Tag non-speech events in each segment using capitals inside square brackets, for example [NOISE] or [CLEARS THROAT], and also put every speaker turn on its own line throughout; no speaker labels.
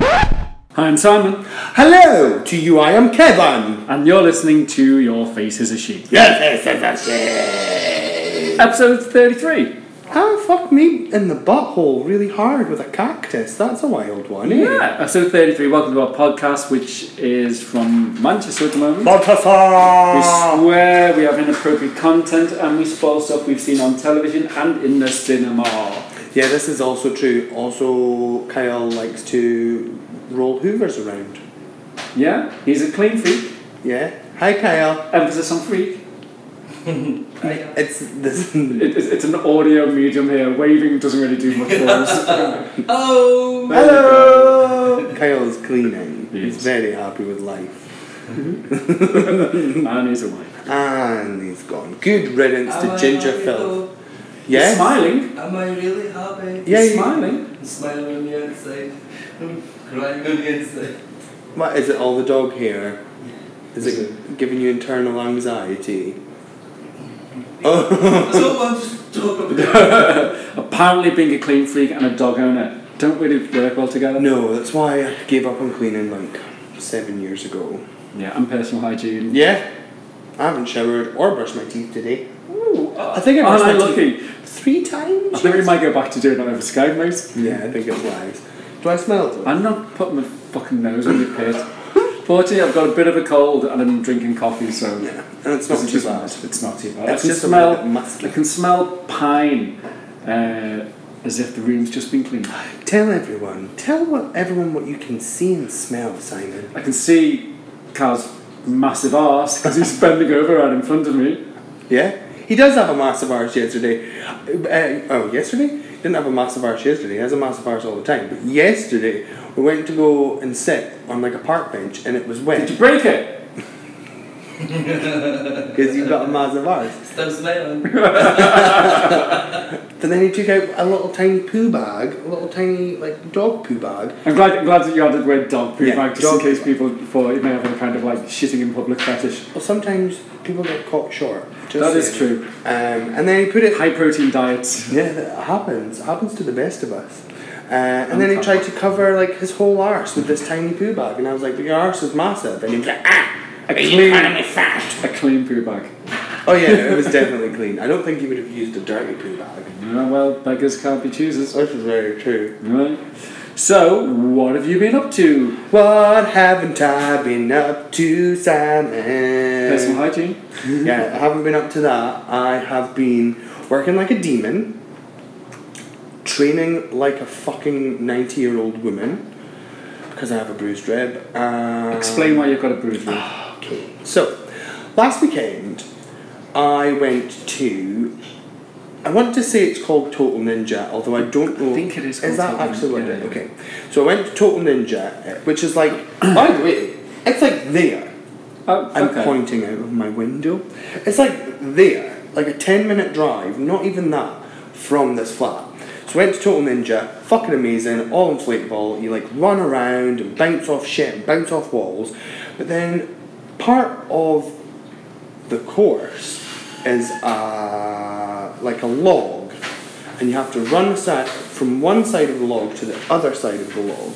Hi, I'm Simon,
Hello to you, I am Kevin.
and you're listening to Your Face is a Sheet.
Yes, yes, yes, yes, yes.
Episode 33.
How fuck me in the butthole really hard with a cactus. That's a wild one, eh?
Yeah, episode 33. Welcome to our podcast, which is from Manchester at the moment. We
Baltasar!
swear we have inappropriate content and we spoil stuff we've seen on television and in the cinema.
Yeah, this is also true. Also, Kyle likes to roll hoovers around.
Yeah, he's a clean freak.
Yeah? Hi, Kyle.
Emphasis on freak.
It's
[LAUGHS]
this.
It, it's, it's an audio medium here. Waving doesn't really do much for us.
Oh,
[LAUGHS] Hello! Kyle's cleaning.
He
He's
is.
very happy with life.
and he's a wife.
And he's gone. Good riddance to ginger filth.
He's
Yes?
Smiling.
Am I really happy?
Yeah,
He's
you-
smiling.
I'm smiling on the outside. I'm crying on the inside.
What is it? All the dog hair? Is it giving you internal anxiety? Oh,
That's all I'm just talking about.
Apparently, being a clean freak and a dog owner don't really work well together.
no, that's why I gave up on cleaning like seven years ago.
Yeah, and personal hygiene.
Yeah, I haven't showered or brushed my teeth today.
Ooh,
I think I
aren't
brushed
I
my teeth [LAUGHS]
lucky?
three times.
I think we might go back to doing that over Skype, mate.
Yeah, I think it's wise. Do I smell though?
I'm not putting my fucking nose on your pit. Fortunately, I've got a bit of a cold and I'm drinking coffee, so
Yeah, and it's not
it's
too
just-
bad.
It's not too bad.
It's
I can
just a little
smell.
bit musky.
I can smell pine, uh, as if the room's just been cleaned.
Tell everyone. Tell what everyone what you can see and smell, Simon.
I can see Carl's massive arse because he's [LAUGHS] bending over right in front of me.
Yeah, he does have a massive arse yesterday. Uh, oh, yesterday didn't have a massive arse yesterday. He has a massive arse all the time. But yesterday we went to go and sit on like a park bench, and it was
Did
wet
you break it?
because he got a massive arse.
Still smiling.
But then he took out a little tiny poo bag, a little tiny like dog poo bag.
I'm glad, I'm glad that you added the word dog poo
Yeah,
back just
dog
in case
poo
people thought it may have been kind of like shitting in public fetish.
Well, sometimes people get caught short. just
That is
saying.
true.
Um, and then he put it
High protein diets.
Yeah, that happens. It happens to the best of us. Uh, and
I'm
then he
fine.
tried to cover like his whole arse with this tiny poo bag, and I was like, "But your arse is massive." And he was like, "Ah,
A
are you
clean-
calling me fat?"
A clean poo bag.
Oh yeah, it was definitely clean. I don't think he would have used a dirty poo bag.
Yeah, well, beggars can't be choosers.
Which is very true.
Right. So, what have you been up to?
What haven't I been up to, Simon? Uh,
Personal hygiene?
yeah, I haven't been up to that. I have been working like a demon, training like a fucking ninety-year-old woman because I have a bruised rib. Um,
Explain why you've got a bruise
uh,
rib.
Okay. So, last weekend, I went to. I want to say it's called Total Ninja, although I don't know.
think it is
Is
called
that
Total
actually what
Ninja,
it is?
yeah.
Okay. So I went to Total Ninja, which is like. by the way, it's like there.
Oh,
I'm
okay.
pointing out of my window. It's like there, like a 10 minute drive, not even that, from this flat. So went to Total Ninja, fucking amazing, all inflatable. You like run around and bounce off shit and bounce off walls. But then part of the course is uh, like a log, and you have to run sa- from one side of the log to the other side of the log.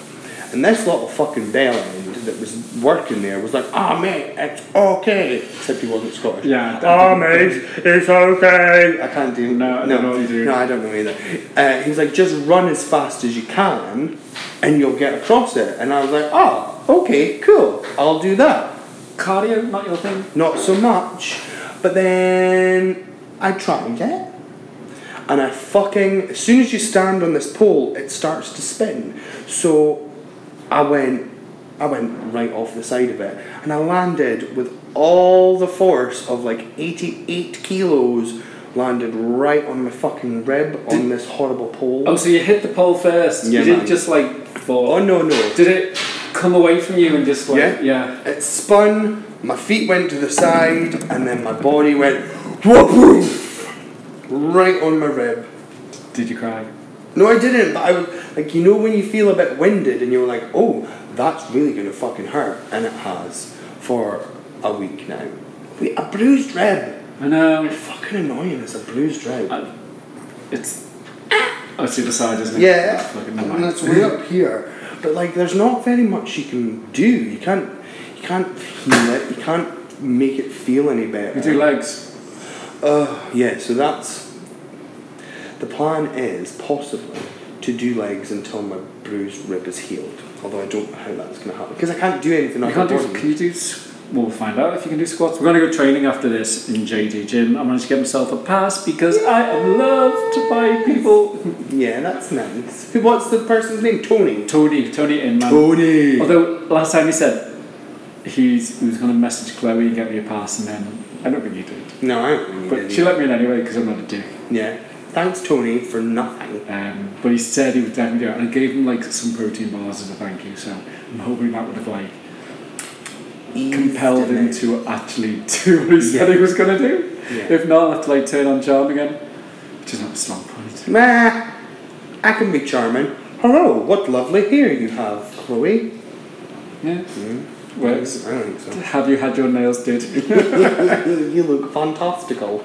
And this little fucking bell end that was working there was like, ah, mate, it's okay. Except he wasn't Scottish. [LAUGHS]
Yeah, that-
Ah, mate, it's okay. I can't do
No, I
no,
don't know what you're doing.
no, I don't know either. Uh, he was like, just run as fast as you can, and you'll get across it. And I was like, ah, okay, cool. I'll do that
Cardio, not your thing?
not so much. But then I tried it, and I fucking as soon as you stand on this pole, it starts to spin. So I went, I went right off the side of it, and I landed with all the force of like eighty-eight kilos. Landed right on my fucking rib on this horrible pole.
Oh, so you hit the pole first.
Yeah,
you didn't
man.
just like fall.
oh no no!
Did it come away from you and just like,
Yeah.
yeah.
It spun, my feet went to the side, and then my body went whoop, right on my rib.
Did you cry?
No, I didn't, but I was like, you know, when you feel a bit winded and you're like, oh, that's really gonna fucking hurt, and it has for a week now. Wait, a bruised rib.
I know.
Fucking annoying. It's a bruised rib.
I- It's. Oh, it's the other side, isn't it?
Yeah,
That's fucking
and
annoying.
it's way up here. But like, there's not very much you can do. You can't, you can't heal it. You can't make it feel any better.
You do legs.
Uh, yeah, so that's. The plan is possibly to do legs until my bruised rib is healed. Although I don't know how that's going to happen. Because I can't do anything
You
on
can't
my
do.
body.
Can you do? s- We'll find out if you can do squats. We're going to go training after this in JD Gym. I managed to get myself a pass because I am loved by people. [LAUGHS]
Yeah, that's nice. Who- What's the person's name? Tony.
Tony, Tony Inman.
Tony!
Although last time he said he's, he was going to message Chloe and get me a pass, and then I don't think he did.
No, I don't really
But she let me in anyway because I'm not a dick.
Yeah. Thanks, Tony, for nothing.
Um, but he said he would definitely do it, and I gave him like some protein bars as a thank you. So I'm hoping that would have like compelled him
Eased
to actually [LAUGHS] do what he said
Yeah.
he was going to do.
Yeah.
If not, I'll have to like turn on charm again, which is not a strong point.
Meh. I can be charming. Hello, what lovely hair you have, Chloe.
Yeah,
Mm,
works.
I don't think
Have you had your nails did? [LAUGHS]
so. [LAUGHS] you look fantastical.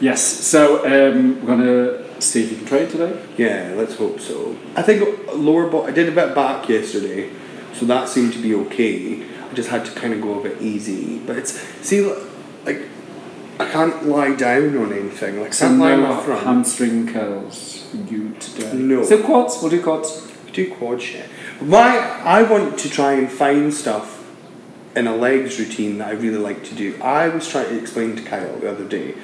yes. So um, we're gonna see if you can train today.
Yeah, let's hope so. I think lower body. I did a bit back yesterday, so that seemed to be okay. I just had to kind of go a bit easy, but it's see, like I can't lie down on anything. Like I
So
can't lie on
no
my front.
hamstring curls for you today.
No.
So quads. We'll do quads.
do quad shit. My I want to try and find stuff in a legs routine that I really like to do. I was trying to explain to Kyle the other day.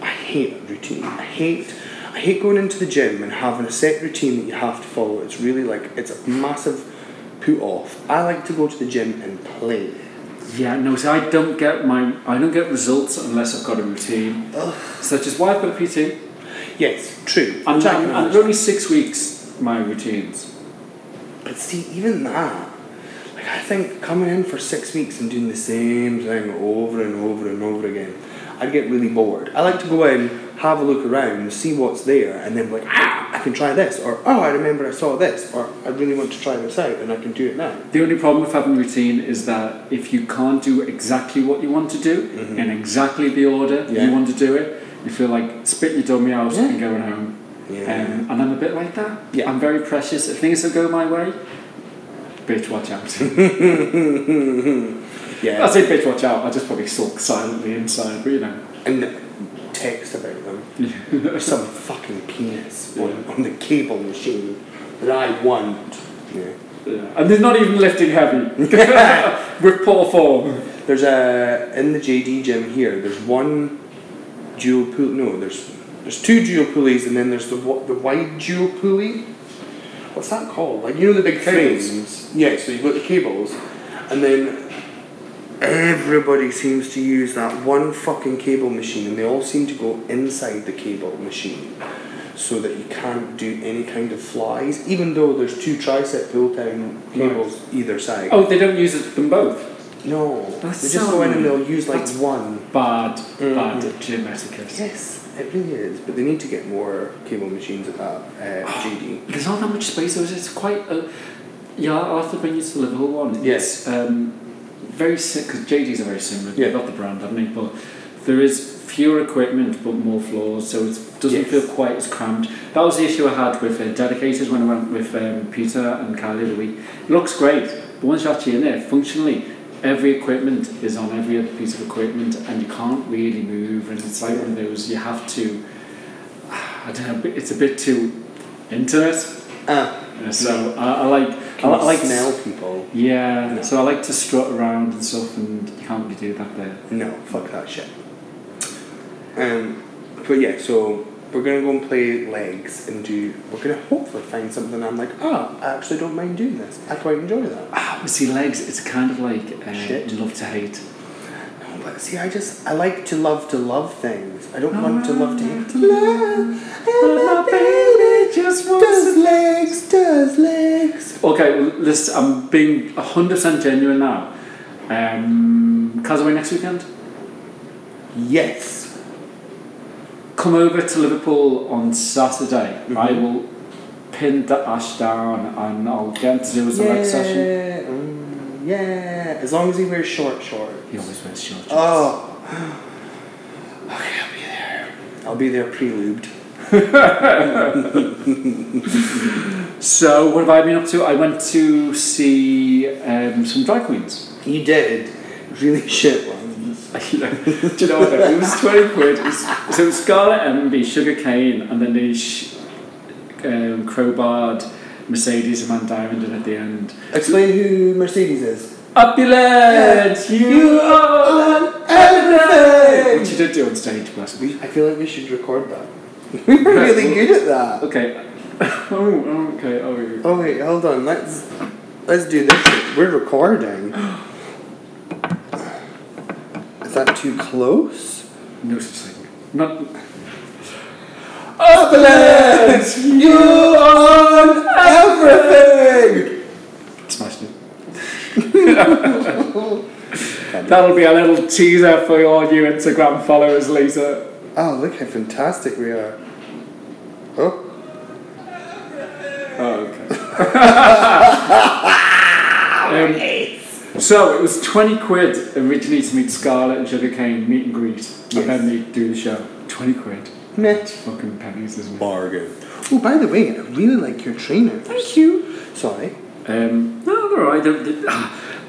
I hate routine. I hate I hate going into the gym and having a set routine that you have to follow. It's really like it's a massive put off. I like to go to the gym and play.
Yeah, no, so I don't get my I don't get results unless I've got a routine. So that's just why I've got a PT.
Yes, true.
And,
Which I
and,
can
and it's only six weeks my routines.
But see, even that, like I think coming in for six weeks and doing the same thing over and over and over again, I'd get really bored. I like to go in, have a look around, see what's there, and then be like, ah, I can try this, or oh, I remember I saw this, or I really want to try this out, and I can do it now.
The only problem with having a routine is that if you can't do exactly what you want to do in exactly the order
Mm-hmm. Yeah.
you want to do it, you feel like spitting your dummy out
Yeah.
and going home. Um, and I'm a bit like that.
Yeah.
I'm very precious. If things don't go my way, bitch, watch
[LAUGHS]
out. [LAUGHS] I
yeah.
say bitch, watch out. I just probably sulk silently inside, but you know.
And text about them. [LAUGHS] Some fucking penis on, on the cable machine that I want. Yeah.
Yeah. And they're not even lifting
[LAUGHS]
heavy [LAUGHS] with poor form.
There's a in the JD gym here. There's one dual pulley. No, there's there's two dual pulleys, and then there's the wa- the wide dual pulley. What's that called? Like you know the big
Cables.
frames. Yeah. So you've got the cables, and then everybody seems to use that one fucking cable machine, and they all seem to go inside the cable machine. So that you can't do any kind of flies, even though there's two tricep pull down cables either side.
Oh, they don't use them both.
No,
That's
they just go in
so-
and they'll use like
that's-
one.
Bad,
Mm.
bad gym etiquette.
Yes, it really is. But they need to get more cable machines at that uh,
[GASPS]
GD.
There's not that much space, though. is it? It's quite a. Yeah, after when you used to live all one.
Yes.
Um, very sick because JD's are very similar.
Yeah.
Yeah. Not the brand, haven't they? But there is fewer equipment but more floors, so it doesn't
Yes.
feel quite as cramped. That was the issue I had with uh, dedicated when I went with um, Peter and Kylie the week. It looks great, but once you're actually in there, functionally, every equipment is on every other piece of equipment, and you can't really move. And it's like one of those you have to. I don't know. It's a bit too intimate.
Ah,
Yeah, Uh, So I, I like I,
can
li- I like
you smell people?
Yeah,
No.
so I like to strut around and stuff, and you can't really do that there.
No, fuck that shit. Um, but yeah, so we're gonna go and play legs and do. We're gonna hopefully find something. I'm like, ah, I actually don't mind doing this. I quite enjoy that.
Ah, but see, legs. It's kind of like uh,
Shit.
love to hate.
No, Oh, but see, I just I like to love to love things. I don't want to love to hate.
But my baby just wants
does legs, does legs.
Okay, well, listen, I'm being 100% genuine now. Um, Casaway next weekend?
Yes.
Come over to Liverpool on Saturday.
Mhm.
I will pin the ash down and I'll get him to do his leg session.
mm, yeah. As long as he wears short shorts.
He always wears short shorts.
[SIGHS] Oh. Okay, I'll be there. I'll be there pre-lubed.
so what have I been up to? I went to see um, some drag queens. [LAUGHS]
You did really [LAUGHS] shit ones.
Do you know what? It was twenty quid. It was, so it was Scarlet Envy, Sugar Cane, and then they sh- um, crowbarred Mercedes and Man Diamond in at the end.
Explain who Mercedes is.
Opulent, you are
On everything!
Which you did do on stage, bless me.
We, I feel like we should record that. [LAUGHS] We were really good at that.
Okay. [LAUGHS] Oh, okay. Oh,
Oh wait, hold on. Let's let's do this. We're recording. Is that too close?
no such thing. Not. [LAUGHS]
Uplands, you on everything.
Smashed it. That'll be a little teaser for your new Instagram followers later.
Oh, look how fantastic we are. Oh,
Oh, okay. [LAUGHS] Um, so it was 20 quid originally to meet Scarlett and Sugarcane, meet and greet,
Yes.
and then they do the show. 20 quid.
meh.
Fucking pennies, isn't it?
Bargain. Oh, by the way, I really like your trainer. Thank you. Sorry.
Um, no, they're alright. They're, they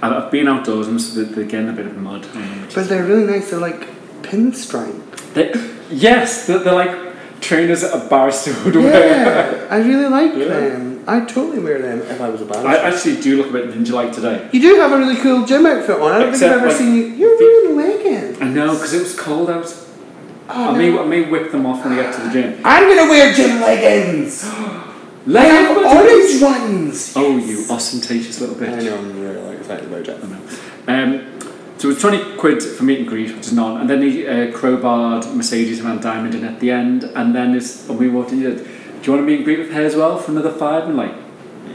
I've been outdoors and so they're getting a bit of mud. on them, which
But they're really nice. They're like pinstripe.
They, yes, they're, they're like trainers that a barrister would wear.
[LAUGHS] Yeah, I really like
Yeah.
them. I'd totally wear them if I was a barrister.
I actually do look a bit ninja like today.
you do have a really cool gym outfit on. I don't think
Except
I've ever
like-
seen you. You're wearing leggings.
I know, because it was cold out.
Oh,
I,
no.
may, I may whip them off when I get to the gym.
I'm gonna wear gym leggings. I
Lay
have
off my
orange ones.
Oh, you ostentatious little bitch.
I'm really excited about
I know. Um, so it was 20 quid for meet and greet, which is none. And then he uh, crowbarred Mercedes and Van Diamond in at the end. And then it's, and we walked in, he said, Do you want to meet and greet with her as well for another five? And like,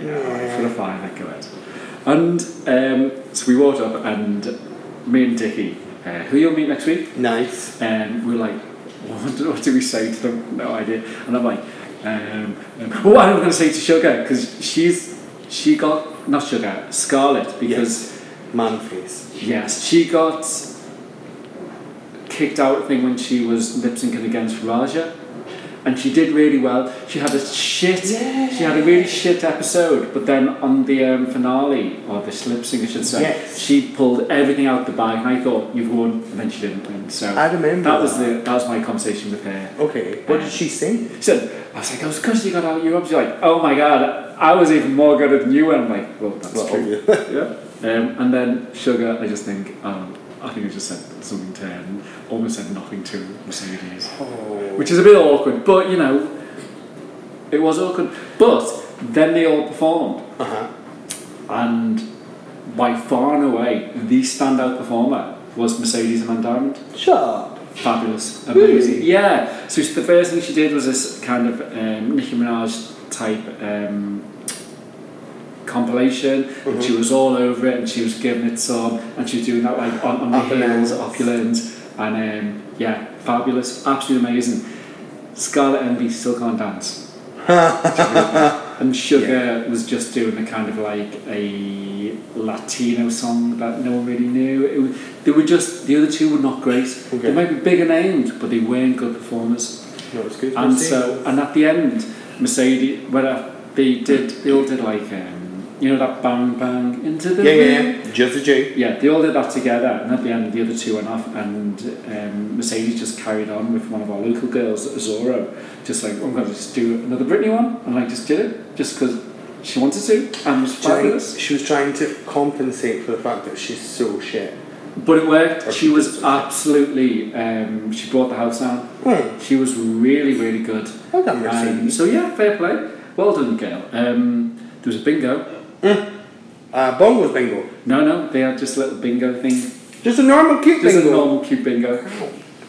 yeah, all right, for the five, I go ahead. And um, so we walked up, and me and Dickie, uh, who you'll meet next week,
Nice.
and we're like, what do, what do we say to them? No idea. And I'm like, um, um, oh, I was going to say to Sugar because she's she got not Sugar Scarlet because
Man face.
yes. she got kicked out thing when she was lip syncing against Raja, and she did really well. She had a shit.
Yeah.
She had a really shit episode, but then on the um, finale or the lip sync, I should say,
Yes.
she pulled everything out the bag, and I thought you've won, and then she didn't win. So
I remember.
that was the that was my conversation with her.
Okay. What did she say?
She said, I was like, I was cursing you got out of Europe. She's like, oh my god, I was even more good than you. And I'm like, well, that's true.
obvious.
yeah. Um, and then Sugar, I just think, um, I think I just said something to her and almost said nothing to Mercedes,
oh.
which is a bit awkward, but you know, it was awkward. But then they all performed,
Uh huh.
and by far and away, the standout performer was Mercedes and Van Diamond.
[LAUGHS] Shut up.
Fabulous,
Really?
amazing. Yeah. So she- the first thing she did was this kind of um, Nicki Minaj type um, compilation, and she was all over it, and she was giving it some, and she was doing that like on, on the heels, opulent, and um, yeah, fabulous, absolutely amazing. Scarlet Envy still can't dance. and Sugar was just doing a kind of like a Latino song that no one really knew. It was, they were just the other two were not great.
Okay.
They might be bigger names, but they weren't good performers.
No, it's good.
And so, and at the end, Mercedes, when I, they did, they all did like, um, you know, that bang bang into the
Yeah, yeah,
room?
yeah. Just a J.
Yeah, they all did that together, and at the end, the other two went off, and um, Mercedes just carried on with one of our local girls, Zoro, just like, I'm going to just do another Britney one, and like, just did it, just because she wanted to, and it was
Trying,
fabulous.
she was trying to compensate for the fact that she's so shit.
But it worked,
Or
she
she
was
did.
absolutely, um, she brought the house down,
Hmm.
she was really, really good.
Well done,
Um,
Mercedes.
so yeah, fair play. Well done, Gail. Um, there was a bingo.
Uh, Bongo's bingo.
No, no, they had just a little bingo thing.
Just a normal cute
Just
bingo.
a normal cute bingo.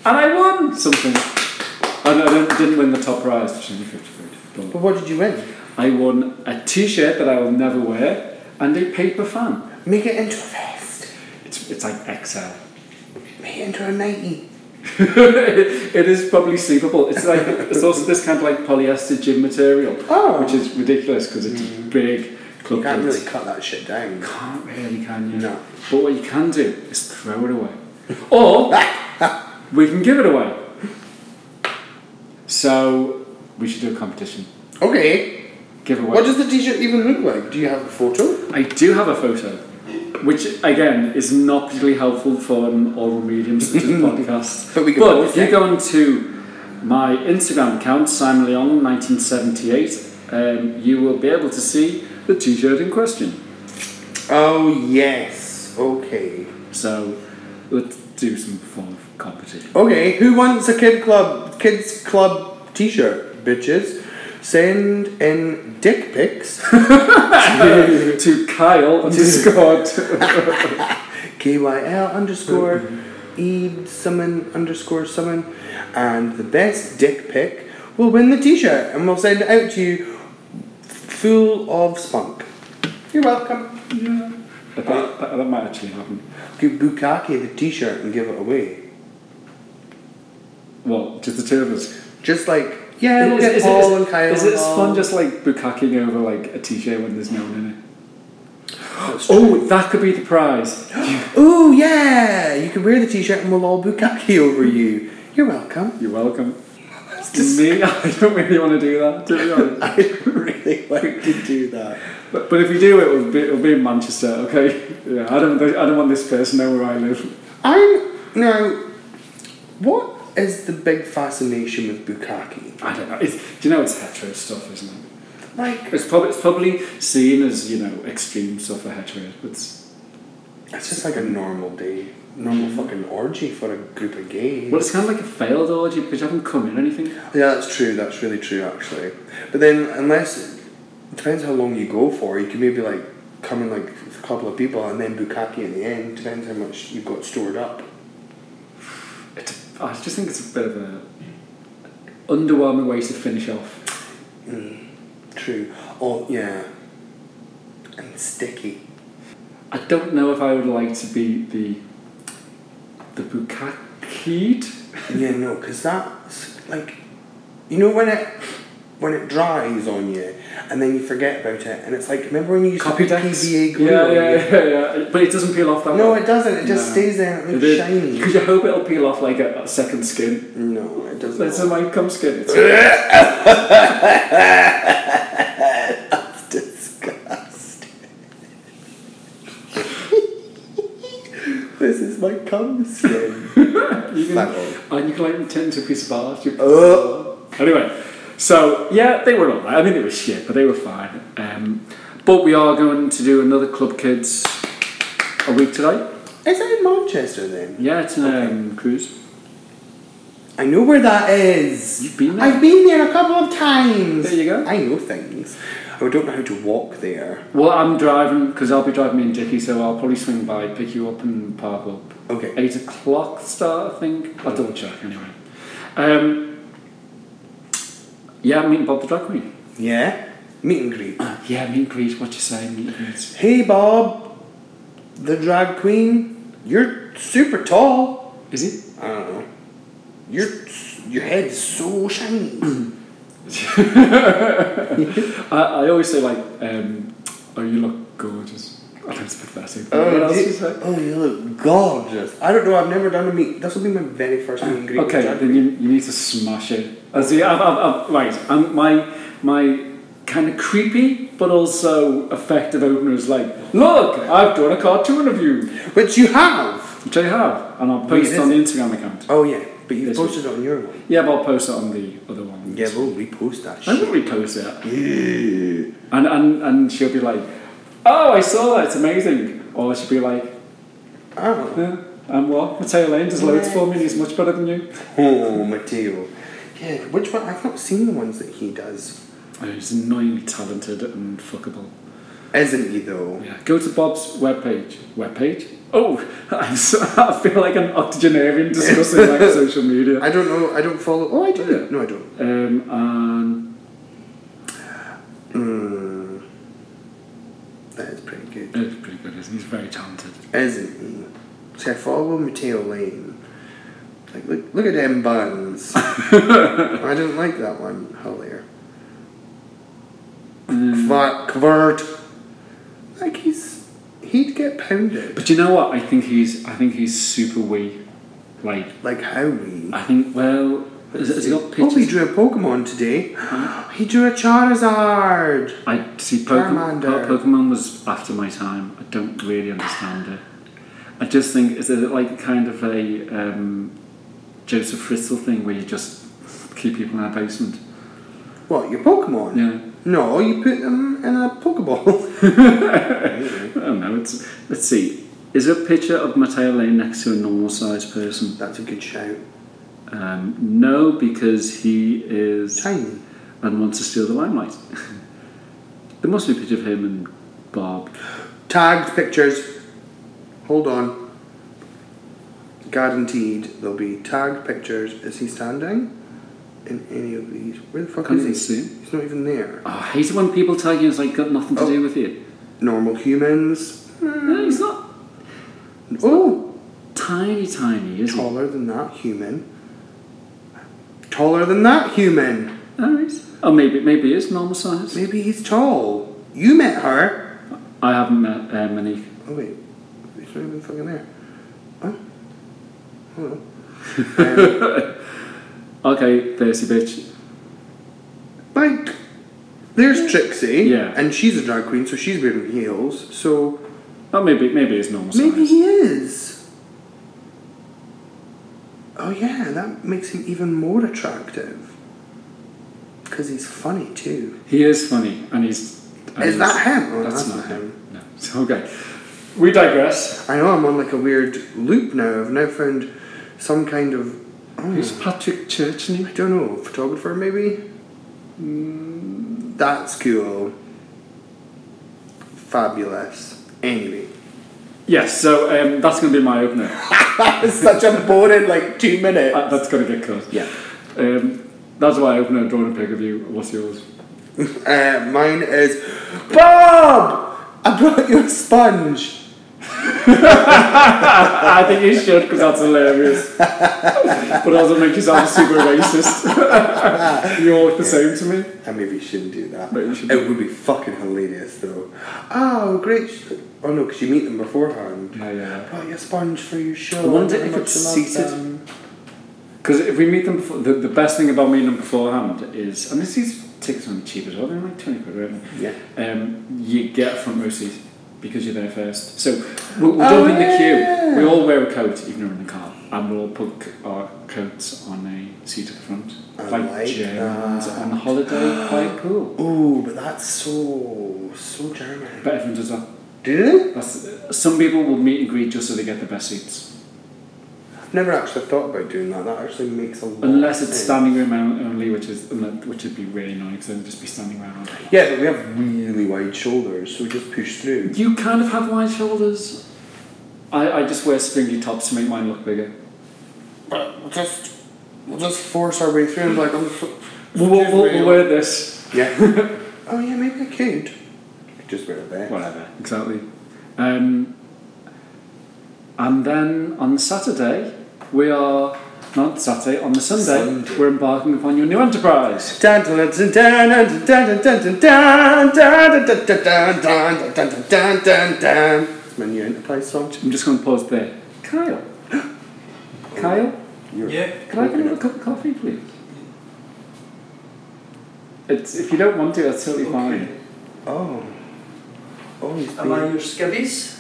And I won something. I no, I didn't, didn't win the top prize, which is only 50 quid.
But what did you win?
But I won a t-shirt that I will never wear and a paper fan.
Make it into a vest.
It's, it's like XL.
Make it into a nightie.
[LAUGHS] it is probably sleepable. It's like it's also this kind of like polyester gym material,
Oh. Mm.
which is ridiculous because it's a big club.
You can't
kit.
really cut that shit down.
Can't really, can you?
No.
But what you can do is throw it away. [LAUGHS] Or we can give it away. So We should do a competition.
Okay.
Give away.
What does the t-shirt even look like? Do you have a photo?
I do have a photo, which again is not particularly helpful for an oral medium such
[LAUGHS]
as podcasts.
But we can
but
post
if you
it.
go onto my Instagram account, Simon Leong, 1978, um, you will be able to see the T-shirt in question.
Oh yes. Okay.
So let's do some form of competition.
Okay. Who wants a kid club kids club t-shirt, bitches? Send in dick pics. [LAUGHS]
[LAUGHS] to Kyle underscore
KYL underscore E summon underscore summon. And the best dick pic will win the t shirt and we'll send it out to you full of spunk. You're welcome.
yeah. That, that, that might actually happen.
Give Bukaki the t shirt and give it away.
Well, just the two of us.
Just like, yeah, we'll
Is-
get
is it-
Paul
is-
and Kyle.
Is it fun
involved.
just like bukaking over like a t-shirt when there's no one in it?
That's true.
Oh, that could be the prize.
Ooh, yeah! You can wear the t shirt and we'll all Bukaki over you. You're welcome.
You're welcome. Me, [LAUGHS] I don't really want to do that, to be honest.
[LAUGHS] I really like to do that.
But, but if we do, it will be, it'll be in Manchester, okay? Yeah, I don't, I don't want this person to know where I live.
I'm now. What is the big fascination with bukkake?
I don't know. It's, do you know it's hetero stuff, isn't it?
Like,
It's probably, it's probably seen as, you know, extreme stuff for hetero. It's,
it's just like a normal day, normal fucking orgy for a group of gays.
well, it's kind of like a failed orgy because you haven't come in anything.
Yeah, that's true. That's really true, actually. But then, unless it depends how long you go for, you can maybe like come in like with a couple of people and then bukkake in the end. Depends how much you've got stored up.
It's, I just think it's a bit of a underwhelming way to finish off.
True. Oh yeah. And sticky.
I don't know if I would like to be the the bukakied.
Yeah, no, because that's like, you know when it when it dries on you and then you forget about it, and it's like remember when you used
Copy
to put
decks.
PVA glue
yeah,
on
yeah,
you?
yeah, yeah. But it doesn't peel off that
No,
well.
it doesn't. It just
No.
stays there. and It looks shiny.
[LAUGHS] Because you hope it'll peel off like a, a second skin.
No, it doesn't. [LAUGHS]
That's a my cum skin. It's-
That's disgusting. [LAUGHS] this is my cum
[LAUGHS]
skin.
you can,
Thank God.
and you can like pretend to a piece of art. You-
Ugh.
Anyway, so yeah, they were alright. I mean, it was shit, but they were fine. Um, but we are going to do another Club Kids a week today.
Is it in Manchester then?
Yeah, it's an um, cruise.
I know where that is.
You've been there?
I've been there a couple of times.
There you go.
I know things. I don't know how to walk there.
Well, I'm driving because I'll be driving me and Dickie, so I'll probably swing by, pick you up, and park up.
Okay.
Eight o'clock start, I think. I'll double check anyway. Um, yeah, meet Bob the drag queen.
Yeah. Meet and greet.
Ah, Yeah, meet and greet. What you say, meet and greet.
Hey Bob, the drag queen. You're super tall.
Is it?
I don't know. Your your head's so [CLEARS THROAT] shiny.
I, I always say like, um, oh, you look gorgeous. I know it's pathetic. but what else
you,
you say?
oh, you look gorgeous. I don't know. I've never done a meet. This will be my very first meet and greet. with
Okay,
drag
then
queen.
you, you need to smash it. Uh, see, I've, I've, I've, right, um, my my kind of creepy but also effective opener is like, look, I've done a cartoon of you,
Which you have.
which I have, and I'll
Wait,
post it on the Instagram account.
Oh yeah, but you
This
posted it on your one.
Yeah, but I'll post it on the other one.
Yeah, we'll repost that
I
shit.
will repost it,
Yeah.
and and and she'll be like, oh, I saw that, it's amazing, or she'll be like,
Oh.
yeah, and what? Mateo Lane does loads for me, and he's much better than you.
Oh, Matteo. Yeah, which one? I've not seen the ones that he does.
Oh, he's annoyingly talented and fuckable.
Isn't he E, though?
Yeah, go to Bob's webpage. Webpage? Oh, [LAUGHS] I'm so, I feel like an [LAUGHS] octogenarian discussing like social media.
I don't know. I don't follow. Oh, I do. No, I don't.
Um, and
Mm. That is pretty good.
it's pretty good, isn't he? uh, He's very talented.
Isn't he? E. See, I follow Matteo Lane. Like, look, look at them [LAUGHS] buns. I don't like that one. Hilarious. Fuck, Kvart. Like he's, he'd get pounded.
But you know what? I think he's I think he's super wee. Like
Like how we?
I think well, Has, has it got
Oh, he
pictures?
drew a Pokemon
[GASPS]
today. he drew a Charizard.
I see. Pokemon,
Charmander.
Po- Pokemon was after my time. I don't really understand it. I just think is it like kind of a um, Joseph Fritzl thing where you just keep people in a basement?
What, your Pokemon?
Yeah.
No, you put them in a Pokeball.
[LAUGHS] I don't know. It's let's see. Is there a picture of Matteo Lane next to a normal sized person?
[LAUGHS] That's a good shout.
Um, no, because he is
Tiny.
and wants to steal the limelight. [LAUGHS] there must be a picture of him and Bob.
Tagged pictures. Hold on. Guaranteed there'll be tagged pictures. Is he standing in any of these? Where the fuck
Can't
is he?
even see him.
He's not even there.
Oh, I hate it when people tag you. It's like got nothing to
Oh.
do with you.
Normal humans.
No, he's not
Oh,
tiny, tiny, is he?
taller than that human. Taller than that human.
Alright. Oh, maybe maybe it's normal size.
Maybe he's tall. You met her.
I haven't met uh, Monique.
Oh wait, he's not even fucking there. Huh? Hello. Um,
[LAUGHS] Okay, thirsty bitch.
Bike. There's Trixie.
Yeah.
And she's a drag queen, so she's wearing heels. So
Oh, maybe maybe it's normal
maybe
size.
he is. Oh yeah, that makes him even more attractive. Cause he's funny too.
He is funny, and he's. and
is
he's-
that him? Oh,
That's, not him. No. [LAUGHS] So, okay. We digress.
I know I'm on like a weird loop now. I've now found some kind of. Oh,
Who's Patrick Churchney?
I don't know, photographer maybe? Mm, that's cool. Fabulous. Anyway. [LAUGHS]
Yes, so um, that's going to be my opener.
That was such a boring like two minutes.
That- that's going to get cut.
yeah.
Um, that's why I open a drawn a pic of you. What's yours?
[LAUGHS] Uh, mine is Bob! I brought you a sponge.
[LAUGHS] I think you should because that's hilarious. but also make you sound super racist. [LAUGHS] you all look the same to me.
I maybe you shouldn't do that.
But you should
it would be fucking hilarious though. Oh, great. Sh- oh no, because you meet them beforehand.
Yeah, yeah.
Brought you a sponge for your show.
I wonder
How
if
much
it's
you love
seated.
them.
Because if we meet them, before, the, the best thing about meeting them beforehand is, and this is tickets are cheap as well. They're like twenty quid, right?
Yeah.
Um, you get a front row seat because you're there first. So we'll, we'll
Oh,
jump in the
yeah.
queue. We all wear a coat, even though we're in the car, and we'll put c- our coats on a seat at the front,
I
like,
like
Germans
that.
on holiday.
[GASPS]
quite cool.
Ooh, but that's so so German.
But everyone does that.
Do
That's, some people will meet and greet just so they get the best seats.
they? I've never actually thought about doing that. That actually makes a lot.
Unless
of
it's
sense.
standing room on- only, which is unle- which would be really annoying because they'd just be standing around. all day.
Yeah, but we have really wide shoulders, so we just push through.
You kind of have wide shoulders. I, I just wear stringy tops to make mine look bigger.
But we'll just we'll just force our way through and be like "Oh, I'm.
We'll, we'll, we'll, we'll wear this.
Yeah. [LAUGHS] oh yeah, maybe I could. Could Just wear a vest.
Whatever. Exactly. Um, and then on Saturday, we are. Not Saturday, on the Sunday,
Sunday.
we're embarking upon your new enterprise.
Dun, dun, dun, dun, dun, dun, dun, dun, dun, dun, dun, dun, dun, dun, dun, dun, dun, dun, dun. It's my new enterprise song.
I'm just going to pause there. Kyle. [GASPS] Kyle?
You're
Yeah.
Can I get another
Coconut.
cup of coffee, please? It's if you don't want to, that's totally
Okay.
fine.
Oh. Oh, he's
Am I
being.
your skivvies?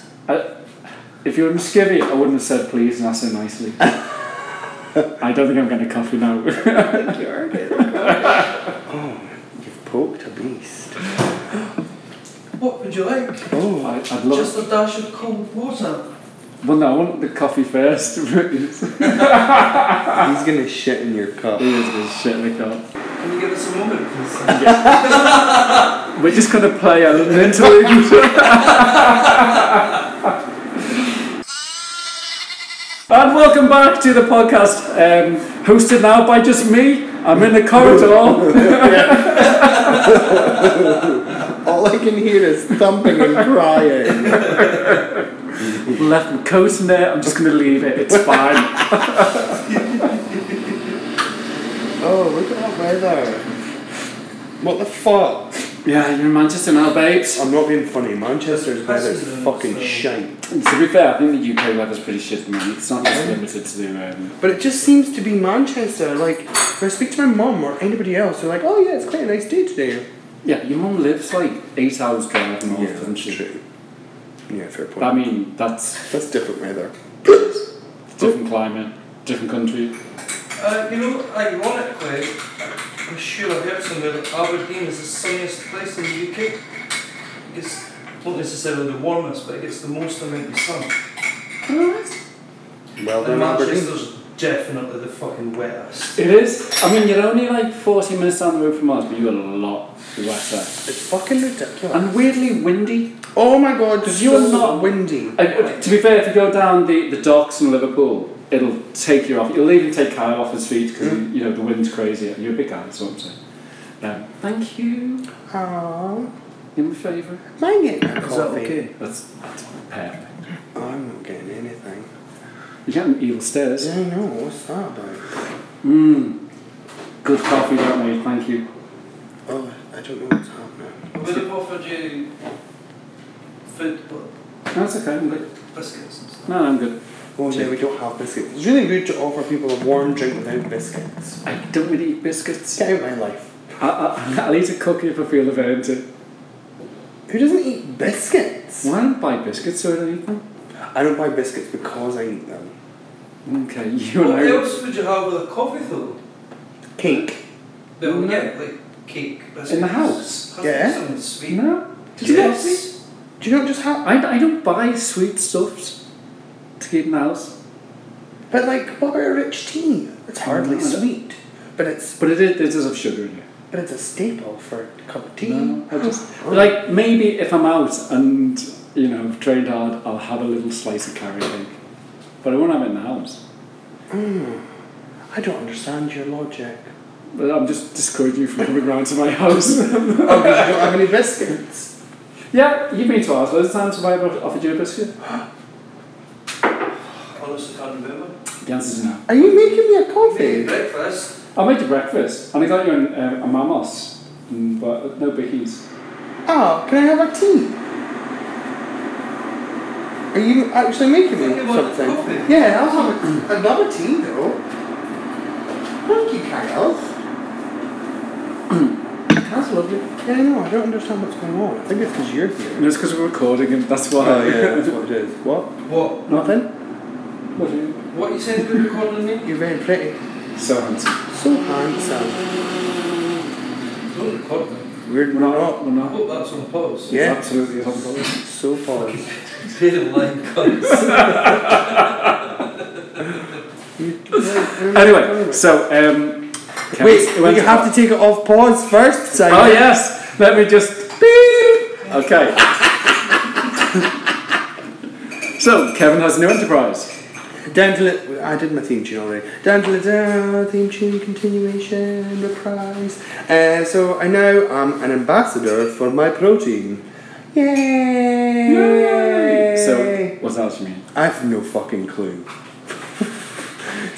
If you were Muscovy, I wouldn't have said please and asked so nicely. I don't think I'm getting a coffee now.
You've poked a beast.
What would you like?
Oh.
I, [LAUGHS] I'd love.
Just a dash of cold water.
well, no, I want the coffee first. [LAUGHS] He's
He's gonna shit in your cup.
gonna shit in the cup.
Can you give us a moment, please?
We're just gonna play a little interlude. [LAUGHS] And welcome back to the podcast, um, hosted now by just me. I'm in the corridor.
[LAUGHS] All I can hear is thumping and [LAUGHS] crying.
left my coat in there. I'm just going to leave it. It's [LAUGHS] fine.
Oh, look at that weather. What the fuck?
yeah, you're in Manchester now, babes.
I'm not being funny. Manchester's
That's
weather's
the-
fucking
so-
shite.
To be fair, I think the UK weather's pretty shit, man. It's not just limited to um,
But it just seems to be Manchester. Like, when I speak to my mum or anybody else, they're like, oh yeah, it's quite a nice day today.
Yeah, your mum lives like eight hours drive north,
Yeah,
doesn't she?
Yeah, fair point.
I mean, that's
That's different weather.
different climate, different country.
Uh, you know, ironically, I'm sure I've heard somewhere that Aberdeen is the sunniest place in the UK. It gets, not necessarily the warmest, but it gets the most amount of sun.
Well
and
done, Aberdeen.
Manchester's definitely the fucking wettest.
It is. I mean, you're only like 40 minutes down the road from us, but you're a lot wetter.
It's fucking ridiculous.
And weirdly windy.
Oh my god,
Because
so
you're not-
windy.
I, Uh, to be fair, if you go down the, the docks in Liverpool, it'll take you off. You'll even take Kyle off his feet because you know the wind's crazy. You're a big guy, that's what I'm saying. Um, thank you.
Aww.
You're my favourite.
Mind getting a coffee.
That's, that's perfect.
I'm not getting anything.
You can't evil stairs.
Yeah, I know, what's that about?
Mmm. Good coffee, don't we? Thank you.
Oh, I don't know what's happening.
I would have offered you food, but
No, it's okay. I'm good.
biscuits and stuff.
No, I'm good.
Oh yeah, we don't have biscuits. It's really rude to offer people a warm drink without biscuits.
I don't really eat biscuits.
Get out my life.
I, I, [LAUGHS] I'll eat a cookie if I feel I've earned it.
Who doesn't eat biscuits?
Why don't buy biscuits so I don't eat them?
I don't buy biscuits because I eat them.
Okay, [LAUGHS] you and
What
I.
else would you have with a coffee though?
Cake.
That would
No.
get like cake, biscuits.
In the house?
custard,
Yeah.
Something sweet.
No. Did you not see?
Yes.
Do you not just have?
I, I don't buy sweet stuffs to keep in the house,
But like, what about a rich tea? It's hardly
Mm.
sweet, but it's
but it, is- it does have sugar in it.
but it's a staple for a cup of tea.
No, I just, like maybe if I'm out and you know I've trained hard, I'll have a little slice of carrot cake, but I won't have it in the house.
I don't understand your logic.
But I'm just discouraging you from coming round to my [LAUGHS] house.
oh, because you don't have any biscuits.
yeah, you've been to ours loads of times. Have I ever offered you a biscuit?
Honestly, can't remember.
The answer's no.
Are you making me a
Maybe
coffee?
breakfast.
I made you breakfast, and I got you an, uh, a mamos, mm, but no bickies.
Oh, can I have a tea? Are you actually making me
You want
something?
coffee?
Yeah, I'll have a, another tea though. Thank you, Kyle. [CLEARS THROAT] That's lovely. Yeah, I know. I don't understand what's going on. I think it's because you're here.
And it's because we're recording, and that's why.
Oh,
[LAUGHS]
what it is. What?
What?
Nothing.
What are you?
What you said we recording me?
You're very pretty.
So handsome.
So handsome.
Don't record them.
We're
We're
not. We're
I
not.
hope that's on pause.
Yeah.
It's absolutely on board.
So paused.
Pay the line cuts.
Anyway, so um, Kev-
Wait,
it went
you have to take it off pause first, Simon.
Oh yes, let me just beep. Okay. so Kevin has a new enterprise.
Down to the. I did my theme tune already. Down to the down, theme tune continuation reprise. Uh, so I now am an ambassador for my protein. Yay!
So what else you mean?
I have no fucking clue.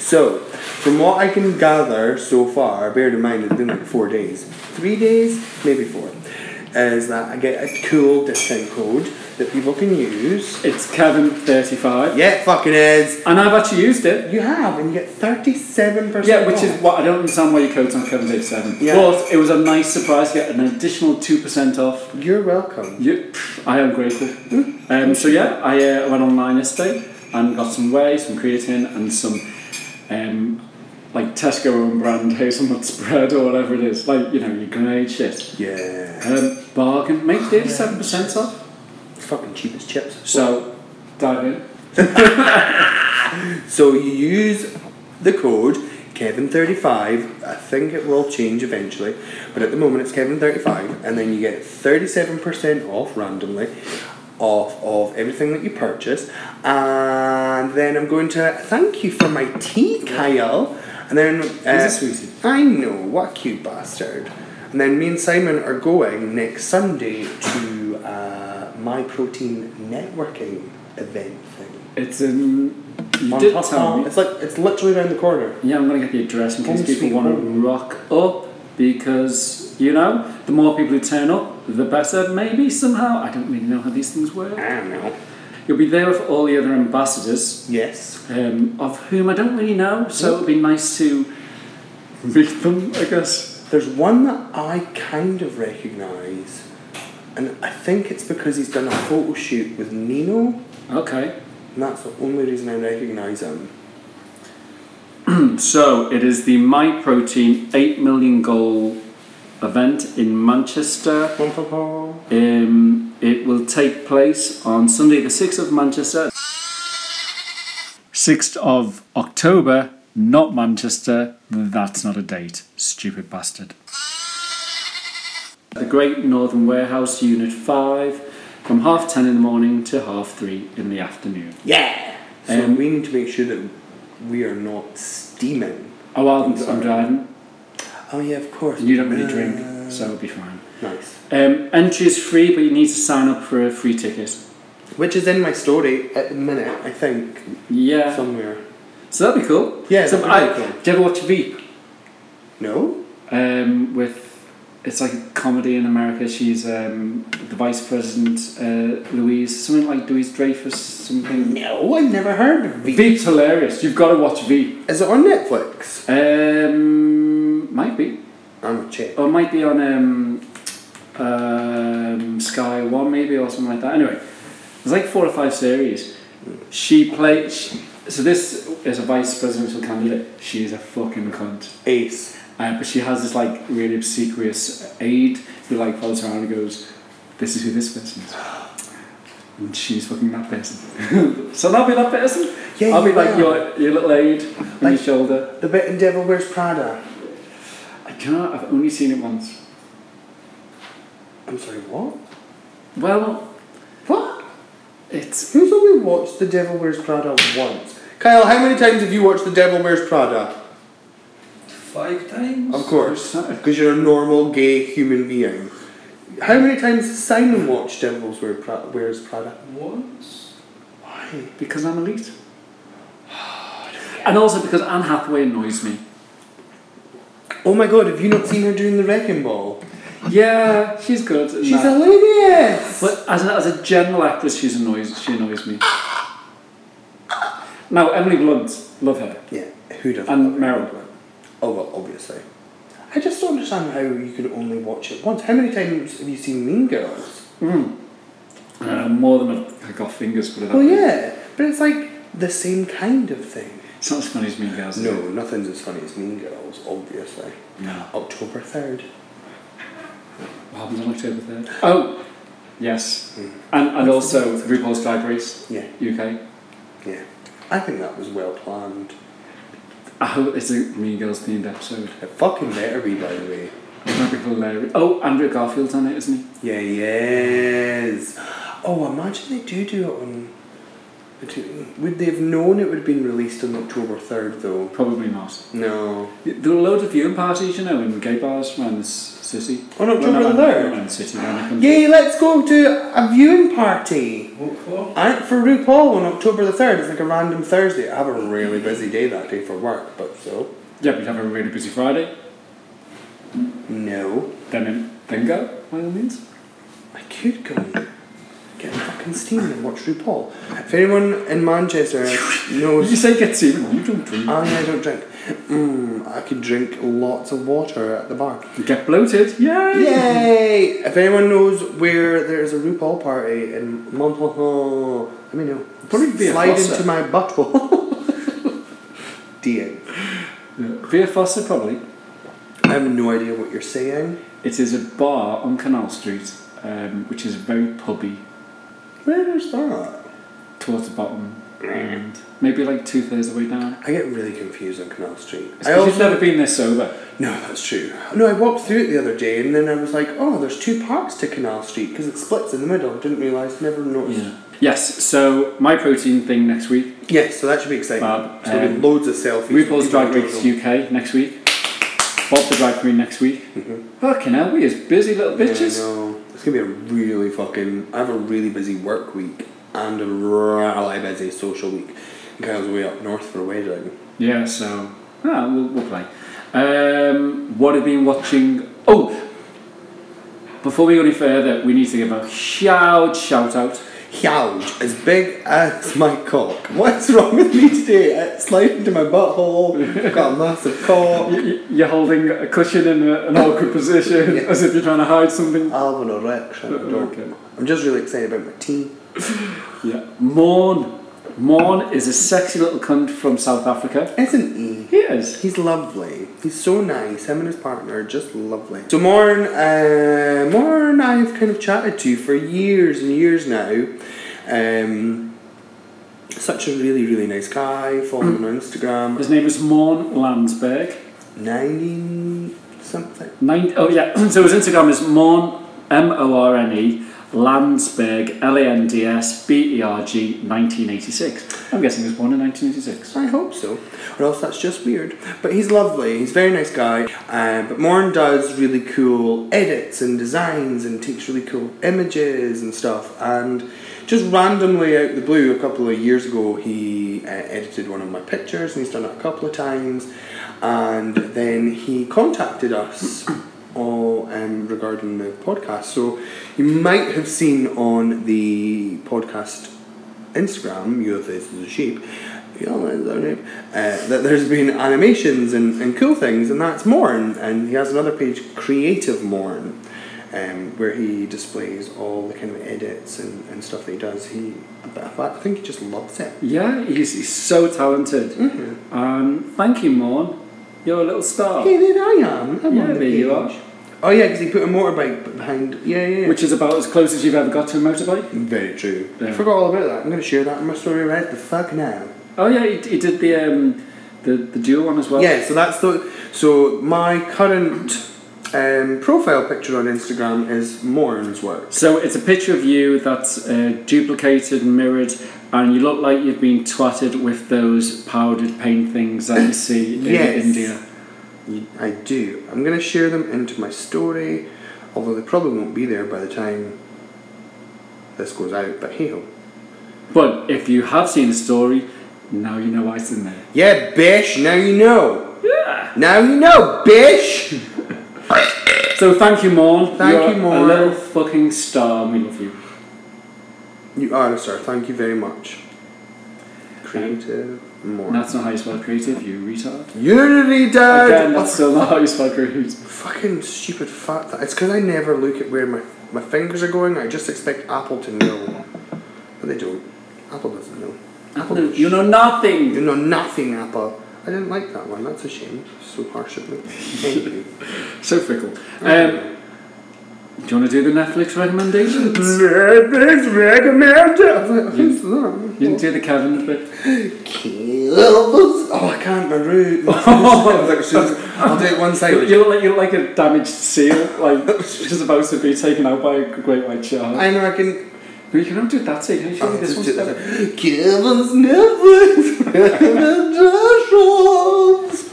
[LAUGHS] so, from what I can gather so far, bear in mind it's been like four days, three days, maybe four, is that I get a cool discount code that people can use.
It's Kevin thirty five,
Yeah, it fucking is.
and I've actually used it.
You have, and you get 37%.
Yeah, which is
off.
what I don't understand why your code's on Kevin thirty seven.
Yeah.
But it was a nice surprise to get an additional two percent off.
You're welcome.
Yep, I am grateful. Um, so yeah, I uh, went online yesterday and got some whey, some creatine, and some um, like Tesco own brand [LAUGHS] hazelnut spread or whatever it is, like you know your grenade shit.
Yeah.
Um, bargain, make thirty seven percent off.
It's fucking cheap as chips.
So dive in.
So you use the code Kevin35. I think it will change eventually, but at the moment it's Kevin35, and then you get 37% off randomly off of everything that you purchase. And then I'm going to thank you for my tea, Kyle. And then uh,
He's a sweetie.
I know what a cute bastard. And then me and Simon are going next Sunday to uh, my protein networking event thing.
It's in. You
On
did
top
tell
of-
me.
It's like it's literally around the corner.
Yeah, I'm gonna get the address in case
Home
people
sweet
want to
home.
rock up because you know the more people who turn up, the better. Maybe somehow I don't really know how these things work.
I don't know.
You'll be there with all the other ambassadors,
Yes.
um, of whom I don't really know, so it'll be nice to meet them, I guess.
There's one that I kind of recognise, and I think it's because he's done a photo shoot with Nino,
Okay.
and that's the only reason I recognise him.
So it is the My Protein 8 million goal event in Manchester. Um, it will take place on Sunday, the 6th of Manchester. 6th of October, not Manchester. That's not a date, stupid bastard. The Great Northern Warehouse, Unit 5, from half 10 in the morning to half 3 in the afternoon.
Yeah! So
Um,
we need to make sure that we are not steaming.
Oh, I'll, I'm driving.
Oh, yeah, of course.
You don't really
Uh,
drink, so it'll be fine.
Nice.
Um, entry is free, but you need to sign up for a free ticket.
Which is in my story at the minute, I think,
Yeah. So,
somewhere.
that'd be cool.
Yeah,
So, I,
that'd be really cool.
Do you ever watch Veep?
No?
Um, with it's like a comedy in America. She's um, the vice president, uh, Louise, something like Louise Dreyfus, something.
No, I've never heard of Veep.
Veep's hilarious. You've got to watch Veep.
Is it on Netflix?
Um, might be,
I'm gonna check.
or might be on um, um, Sky One, maybe, or something like that. Anyway, there's like four or five series. She plays. So this is a vice presidential candidate. She is a fucking cunt.
Ace.
Uh, but she has this like really obsequious aide who like follows her around and goes, "This is who this person is," and she's fucking that person. [LAUGHS] so I'll be that person.
Yeah,
I'll be
you
like
will.
your, your little aide on
Like-
your shoulder.
The bit in Devil Wears Prada.
I cannot. I've only seen it once.
I'm sorry, what?
Well,
What?
it's
Who's only watched The Devil Wears Prada once? Kyle, how many times have you watched The Devil Wears Prada?
Five times?
Of course.
Sorry.
Because you're a normal gay human being. How many times has Simon watched Devil Wears Prada? Wears Prada?
Once?
Why?
because I'm elite. [SIGHS] And also because Anne Hathaway annoys me.
Oh my god, have you not seen her doing the Wrecking Ball?
Yeah, she's good. in
She's
that.
hilarious!
But as a, as a general actress, she's annoys. She annoys me. Now Emily Blunt, love her.
Yeah, who doesn't?
And
love
Meryl.
Blunt? Oh well, obviously. I just don't understand how you can only watch it once. How many times have you seen Mean Girls?
Mm. Uh, more than I've, I've got fingers for that.
Well, Oh, yeah, but it's like the same kind of thing.
It's not as funny as Mean Girls. is
No,
it?
nothing's as funny as Mean Girls, obviously.
No.
October third.
What happens on October 3rd? Oh, yes. And, and also RuPaul's Drag Race
Yeah,
UK.
yeah. I think that was well planned.
I hope it's a Mean Girls themed episode.
It fucking better be, by the way.
That'd be hilarious. Oh, Andrew Garfield's on it, isn't he?
Yeah, yes. Oh, imagine they do do it on. Would they have known it would have been released on October third though?
Probably not.
No.
There are loads of viewing parties, you know, in gay bars around this city.
On October
Well, not
the
around-
3rd?
Around the city, around the country.
Yay, let's go to a viewing party.
What for?
Aren't for RuPaul on October the 3rd. It's like a random Thursday. I have a really busy day that day for work, but so.
Yeah, we'd have a really busy Friday.
No.
Then in, then go, by all means.
I could go and get fucking steamed and watch RuPaul. If anyone
[LAUGHS]
in Manchester
Well, you
knows.
say get semen, you don't drink.
Oh, no, I don't drink. Mm, I could drink lots of water at the bar.
Get bloated, yay!
Yay! If anyone knows where there is a RuPaul party in Montreal, let me know.
Probably be a
Slide
fossil.
into my butthole. [LAUGHS] DM.
Yeah. Uh, Via Fossa, probably.
I have no idea what you're saying.
It is a bar on Canal Street, um, which is very pubby
Where is that?
towards the bottom, and maybe like two thirds of the way down.
I get really confused on Canal Street.
It's
I
'cause you've
also
never been this sober.
no, that's true. No, I walked through it the other day, and then I was like, oh, there's two parts to Canal Street because it splits in the middle. Didn't realise. Never noticed.
Yeah. Yes, so my protein thing next week.
Yes, so that should be exciting.
Fab.
so there'll be
Um,
loads of selfies. with
RuPaul's
people
Drag Race
who don't
UK next week. Bob the Drag Queen next week. Fucking hell, we is busy little
know. Mm-hmm. Yeah, I
bitches.
know. It's gonna be a really fucking. I have a really busy work week and a really busy social week. And Kyle's way up north for a wedding.
Yeah, so ah, we'll, we'll play. Um, what have you been watching? Oh, before we go any further, we need to give a huge shout out
huge, as big as my cock. What's wrong with me today? It's sliding into my butthole. I've got a
[LAUGHS]
massive cock.
Y- You're holding a cushion in a, an awkward [LAUGHS] position
Yeah.
as if you're trying to hide something.
I'll have an erection. I don't
Okay.
I'm just really excited about my tea.
Yeah. Morn. Morn is a sexy little cunt from South Africa.
Isn't he?
He is.
E, He's lovely. He's so nice. Him and his partner are just lovely. So Morn, uh, Morn, I've kind of chatted to for years and years now. Um, such a really, really nice guy. Follow him on Instagram.
His name is Morn Landsberg.
Ninety something.
Nine, oh yeah, [CLEARS THROAT] so his Instagram is Morn, M-O-R-N-E, E, Landsberg, E L-A-N-D-S-B-E-R-G, 1986. I'm guessing he was born in 1986.
I hope so, or else that's just weird. But he's lovely. He's a very nice guy. Uh, but Morn does really cool edits and designs and takes really cool images and stuff. And just randomly out the blue, a couple of years ago, he uh, edited one of my pictures, and he's done it a couple of times. And then he contacted us. [CLEARS THROAT] All um, regarding the podcast, so you might have seen on the podcast Instagram, Your Face is a Sheep, you know, that's our name, uh, that there's been animations and, and cool things, and that's Morn. And he has another page, Creative Morn, um, where he displays all the kind of edits and, and stuff that he does. He, I think he just loves it.
Yeah, he's, he's so talented. Um, thank you, Morn. You're a little star.
Hey, there I am. I'm
Yeah,
on the
there you
page.
are.
Oh, yeah, because he put a motorbike behind. Yeah, yeah, yeah.
Which is about as close as you've ever got to a motorbike.
very true. I
Yeah.
forgot all about that. I'm going to share that in my story right the fuck now.
Oh yeah, he, he did the, um, the the duo one as well.
Yeah, so that's the so my current um, profile picture on Instagram is Morn's work.
So it's a picture of you that's uh, duplicated, mirrored, and you look like you've been twatted with those powdered paint things that you see in
Yes.
India.
I do. I'm gonna share them into my story, although they probably won't be there by the time this goes out. But hey ho.
But if you have seen the story, now you know why it's in there.
Yeah, bish. Now you know.
Yeah.
Now you know, bish.
So thank you, Morn.
Thank
You're
you,
A
Morn.
little fucking star. We love you.
You are a star. Thank you very much. Creative Morn.
That's not how you spell creative. You retard.
Unity, Dad.
Again, that's still not how you spell creative.
Fucking stupid fat. Th- it's because I never look at where my, my fingers are going. I just expect Apple to know. But they don't. Apple doesn't know.
You know nothing.
You know nothing, Apple. I didn't like that one. That's a shame. So harsh of me. Thank you.
So fickle. [LAUGHS] Um, do you want to do the Netflix recommendations?
Netflix recommended. I was like,
You-
who's that?
You didn't do the Kevin bit.
Kills. Oh, I can't.
[LAUGHS]
My root. I was like, she's- I'll do it one
You,
side.
you look like you're like a damaged seal, like just about to be taken out by a great white shark.
I know I can.
But you don't do that, so you should do this one's better.
[LAUGHS] Kevin's Netflix recommendations.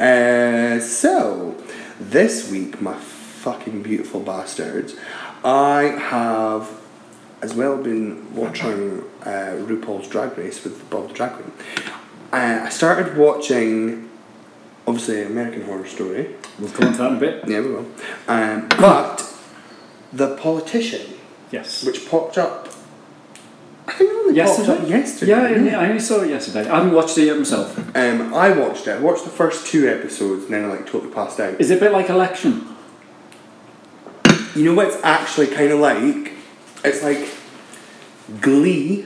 Uh, so, this week, my fucking beautiful bastards, I have as well been watching uh, RuPaul's Drag Race with Bob the Drag Queen. Uh, I started watching, obviously, American Horror Story.
We'll come on to that in a bit.
Yeah, we will. Um, but The Politician,
Yes.
which popped up. I think it only popped
Yesterday?
up yesterday.
Yeah, I only- I only saw it yesterday. I haven't watched it yet myself.
Um, I watched it. I watched the first two episodes and then I like totally passed out.
Is it a bit like election?
You know what it's actually kind of like? It's like Glee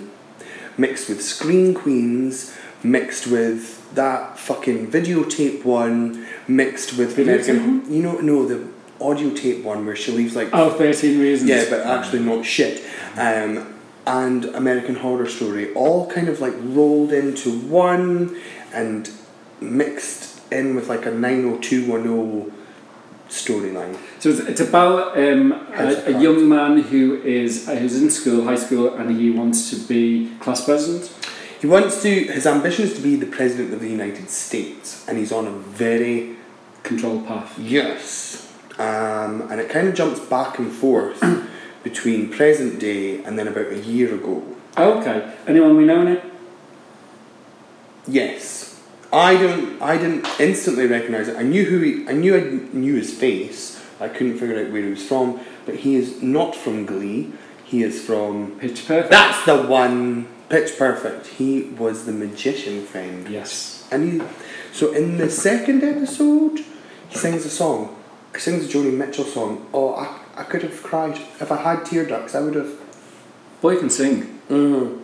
mixed with Screen Queens, mixed with that fucking videotape one, mixed with
Videotape
American. You know, no, the audio tape one where she leaves like.
Oh, 13 Reasons.
Yeah, but actually not shit. Um, and American Horror Story all kind of like rolled into one and mixed in with like a 90210 storyline.
So it's, it's about um,
House of
a, a
Cards.
young man who is uh, who's in school, high school, and he wants to be class president.
He wants to, his ambition is to be the President of the United States, and he's on a very
Control path.
Yes. Um, and it kind of jumps back and forth [CLEARS THROAT] between present day and then about a year ago.
Okay. Anyone we know in it?
Yes. I don't. I didn't instantly recognise it. I knew who he. I knew I knew his face. I couldn't figure out where he was from, but he is not from Glee. He is from.
Pitch perfect.
That's the one. Pitch Perfect. He was the magician friend.
Yes.
And he, so in the second episode, he sings a song. He sings a Joni Mitchell song. Oh, I, I could have cried if I had tear ducts. I would have.
Boy can sing.
Mm.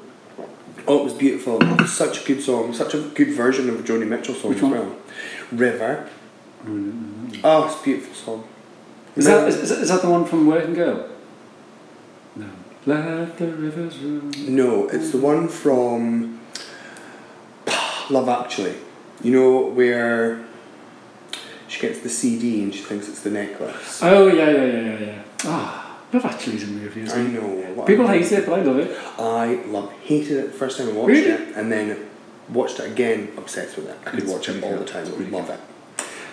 Oh, it was beautiful. It was such a good song. Such a good version of a Joni Mitchell song
Which
as
one?
well. River. Oh, it's a beautiful song.
Is that, is, is that the one from Working Girl? No. Let the rivers run.
No, it's the one from Love Actually. You know where she gets the CD and she thinks it's the necklace.
Oh yeah, yeah, yeah, yeah, yeah. Ah, Love Actually is a movie,
I
isn't it?
know. what
People
I mean.
hate it, but I love it.
I love hated it the first time I watched
Really?
it, and then watched it again. Obsessed with it. I could
It's
watch it
pretty
all
good.
the time.
It's pretty
love
good.
it.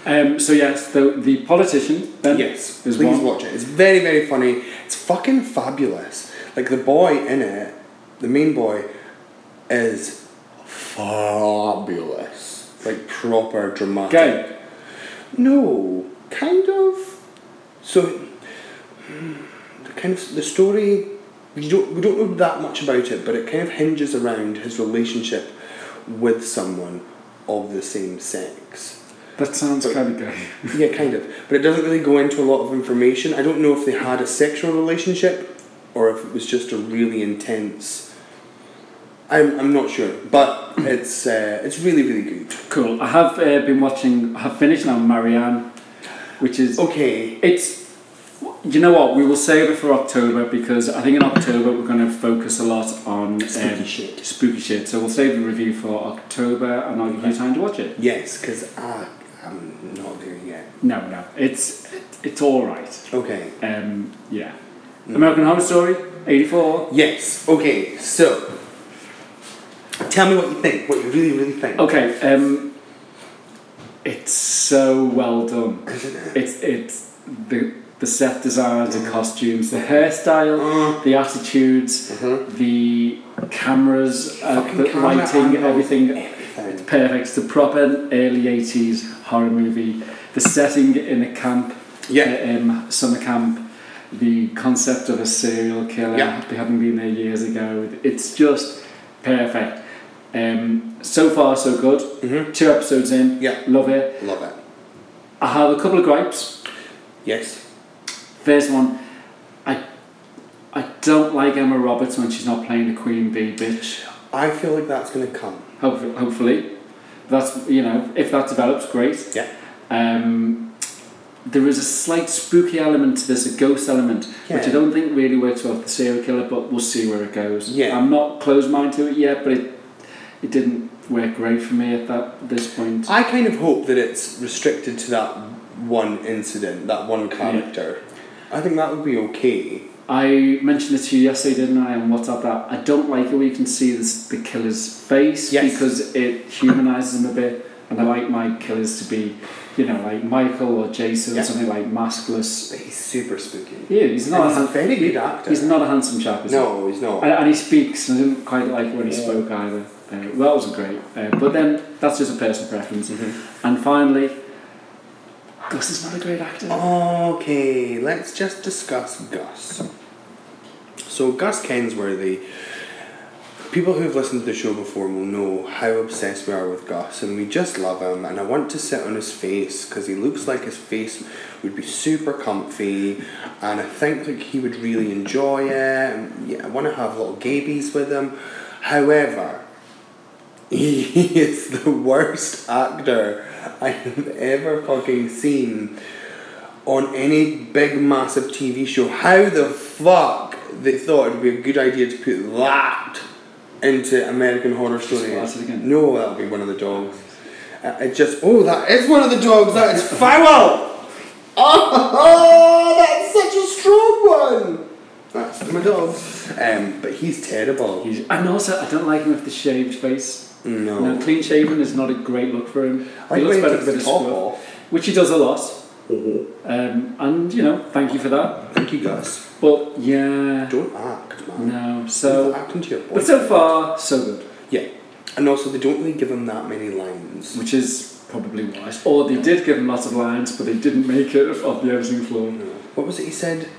Um, so yes, the the politician. Then
yes,
is
please
one.
watch it. It's very very funny. It's fucking fabulous. Like the boy in it, the main boy, is fabulous. Like proper dramatic.
Gay.
No, kind of. So, hmm, the kind of the story. You don't, we don't know that much about it, but it kind of hinges around his relationship with someone of the same sex.
That sounds
But-
kind of gay.
Yeah, kind of. But it doesn't really go into a lot of information. I don't know if they had a sexual relationship or if it was just a really intense. I'm, I'm not sure, but it's uh, it's really really good.
Cool. I have uh, been watching. I have finished now Marianne, which is
Okay,
it's. You know what? We will save it for October because I think in October we're going to focus a lot on um,
spooky shit.
spooky shit. So we'll save the review for October, and I'll give you time to watch it.
Yes, because I'm not there yet.
No, no, it's it's all right.
Okay.
Um, yeah.
Mm.
American Horror Story, eighty four.
Yes. Okay. So, tell me what you think. What you really, really think.
Okay, um, it's so well done. It's it's the the set designs, the costumes, the hairstyle,
Uh,
the attitudes,
Mhm.
the cameras, uh,
Fucking
the
camera
lighting,
angles,
everything.
everything.
Perfect. It's the proper early eighties horror movie. The setting in a camp,
Yeah.
uh, um, summer camp. The concept of a serial killer,
Yeah.
they haven't been there years ago. It's just perfect. Um, so far, so good.
Mm-hmm.
Two episodes in,
Yeah.
love it.
Love it.
I have a couple of gripes.
Yes.
First one, I I don't like Emma Roberts when she's not playing the queen bee bitch.
I feel like that's gonna come.
Hopefully, hopefully, that's you know if that develops, great.
Yeah.
Um, there is a slight spooky element to this, a ghost element, which I
Yeah.
don't think really works well for the serial killer, but we'll see where it goes.
Yeah.
I'm not closed minded to it yet, but it it didn't work great for me at that this point.
I kind of hope that it's restricted to that one incident, that one character. I think that would be okay.
I mentioned it to you yesterday, didn't I? On WhatsApp, that I don't like it where you can see this, the killer's face
Yes.
because it humanises him a bit, and I like my killers to be, you know, like Michael or Jason,
Yeah.
or something like maskless.
But he's super spooky.
Yeah, he's
And
not.
he's
a
a
han-
very good actor.
he's not a handsome chap, is he?
no, he's not.
And, and he speaks. And I didn't quite like when he
Yeah.
spoke either. Uh, well, that wasn't great. Uh, but then that's just a personal preference.
Mm-hmm.
And finally, Gus is not a great actor.
Oh. Okay, let's just discuss Gus. So, Gus Kensworthy, people who've listened to the show before will know how obsessed we are with Gus, and we just love him. And I want to sit on his face because he looks like his face would be super comfy, and I think like he would really enjoy it. And yeah, I want to have little gabies with him. However, he is the worst actor I have ever fucking seen on any big massive TV show. How the fuck they thought it would be a good idea to put that into American Horror Story?
watch it again.
No, that'll be one of the dogs. Uh, It just oh that is one of the dogs. That is foul. [LAUGHS] Oh, that's such a strong one. That's my dog. Um, but he's terrible.
He's- and also, I don't like him with the shaved face.
no.
No, clean shaven is not a great look for him.
I
he
think
looks
when
better with
he takes
a bit
the
of
top Mm-hmm.
scruff,
off.
which he does a lot. Um, and you know, thank you for that.
Thank you, Gus.
But yeah,
Don't act, man.
no.
So
So,
act into your boy.
but so far, so good.
Yeah, and also they don't really give him that many lines.
Which is probably wise. Or they did give him lots of lines, but they didn't make it of the editing floor.
What was it he said?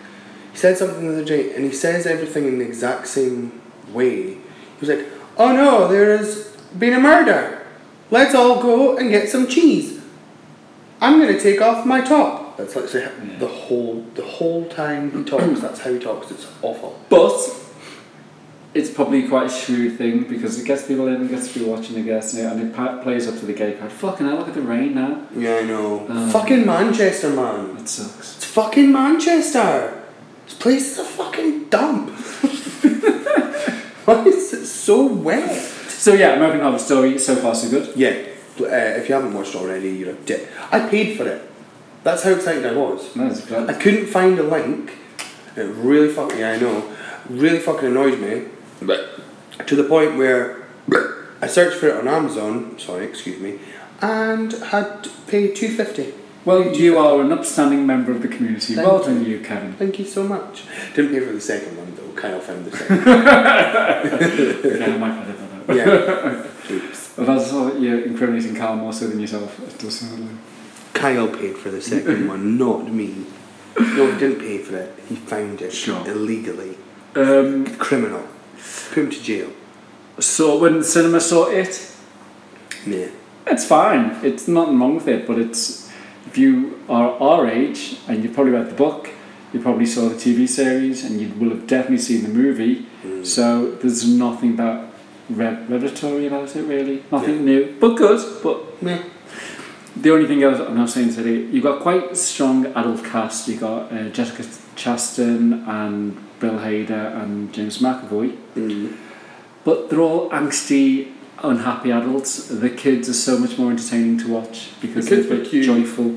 He said something the other day, and he says everything in the exact same way. He was like, "Oh no, there has been a murder. Let's all go and get some cheese. I'm gonna take off my top." That's literally
Yeah.
the whole the whole time he [CLEARS THROAT] talks. that's how he talks. It's awful.
But it's probably quite a shrewd thing because it gets people in, it gets people watching, I guess, and it, and it pa- plays up to the gay crowd. Fucking hell, look at the rain now.
Yeah, I know.
Um,
fucking Manchester, man.
That sucks.
It's fucking Manchester. This place is a fucking dump. [LAUGHS] Why is it so wet?
So yeah, American Horror Story, so far so good.
Yeah, uh, if you haven't watched it already, you're a dick. I paid for it. That's how excited I was.
That is
I
good.
couldn't find a link. It really fucking, yeah, I know, really fucking annoyed me. But to the point where I searched for it on Amazon. Sorry, excuse me, and had to pay two fifty.
Well, you are an upstanding member of the community.
Thank
Well done, you, Kevin.
Thank you so much. Didn't pay for the second one though. Kyle found the second.
yeah, I might edit that out.
one. yeah. [LAUGHS] Oops.
But that's all, you're incriminating Carl more so than yourself. It does sound like.
Kyle paid for the second one, not me. No, he didn't pay for it. He found it
Sure.
illegally.
Um,
criminal. Put him to jail.
so when the cinema saw it,
Yeah.
It's fine. It's nothing wrong with it, but it's if you are our age and you probably read the book, you probably saw the TV series, and you will have definitely seen the movie. So there's nothing about re- revelatory about it really. Nothing
Yeah.
new, but good. But
Meh.
the only thing else I'm not saying today, you got quite strong adult cast. You got uh, Jessica Chastain and Bill Hader and James McAvoy.
Mm.
But they're all angsty, unhappy adults. The kids are so much more entertaining to watch because
The
they're
kids were
very
cute.
joyful.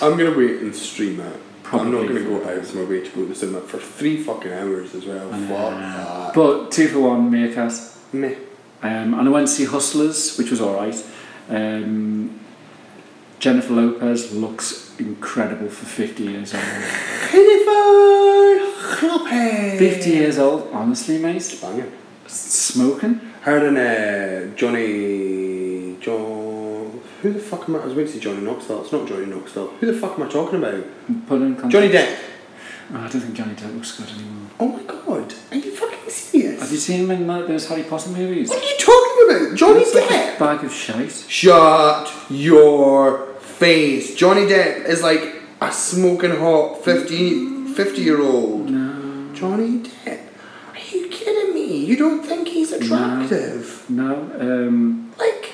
I'm gonna wait and stream it. I'm not
Probably.
gonna go out of my way to go to the cinema for three fucking hours as well.
I know.
Fuck that.
uh, But two for one, Meerkat.
Meh.
Um, and I went to see Hustlers, which was alright. Um, Jennifer Lopez looks incredible for 50 years old.
Pitiful Cloppy.
50 years old, honestly, mate.
Banging.
Smoking?
Her and uh, Johnny. John. Who the fuck am I? I was going to say Johnny Knoxville. It's not Johnny Knoxville. Who the fuck am I talking about?
Put in context.
Johnny Depp.
Oh, I don't think Johnny Depp looks good anymore.
Oh my god. Are you fucking
Have
serious?
you seen him in that, those Harry Potter movies?
What are you talking about? Johnny
Looks like
Depp.
a bag of shite.
Shut your face. Johnny Depp is like a smoking hot 50, 50 year old.
No.
Johnny Depp. Are you kidding me? You don't think he's attractive?
No. Um,
Like,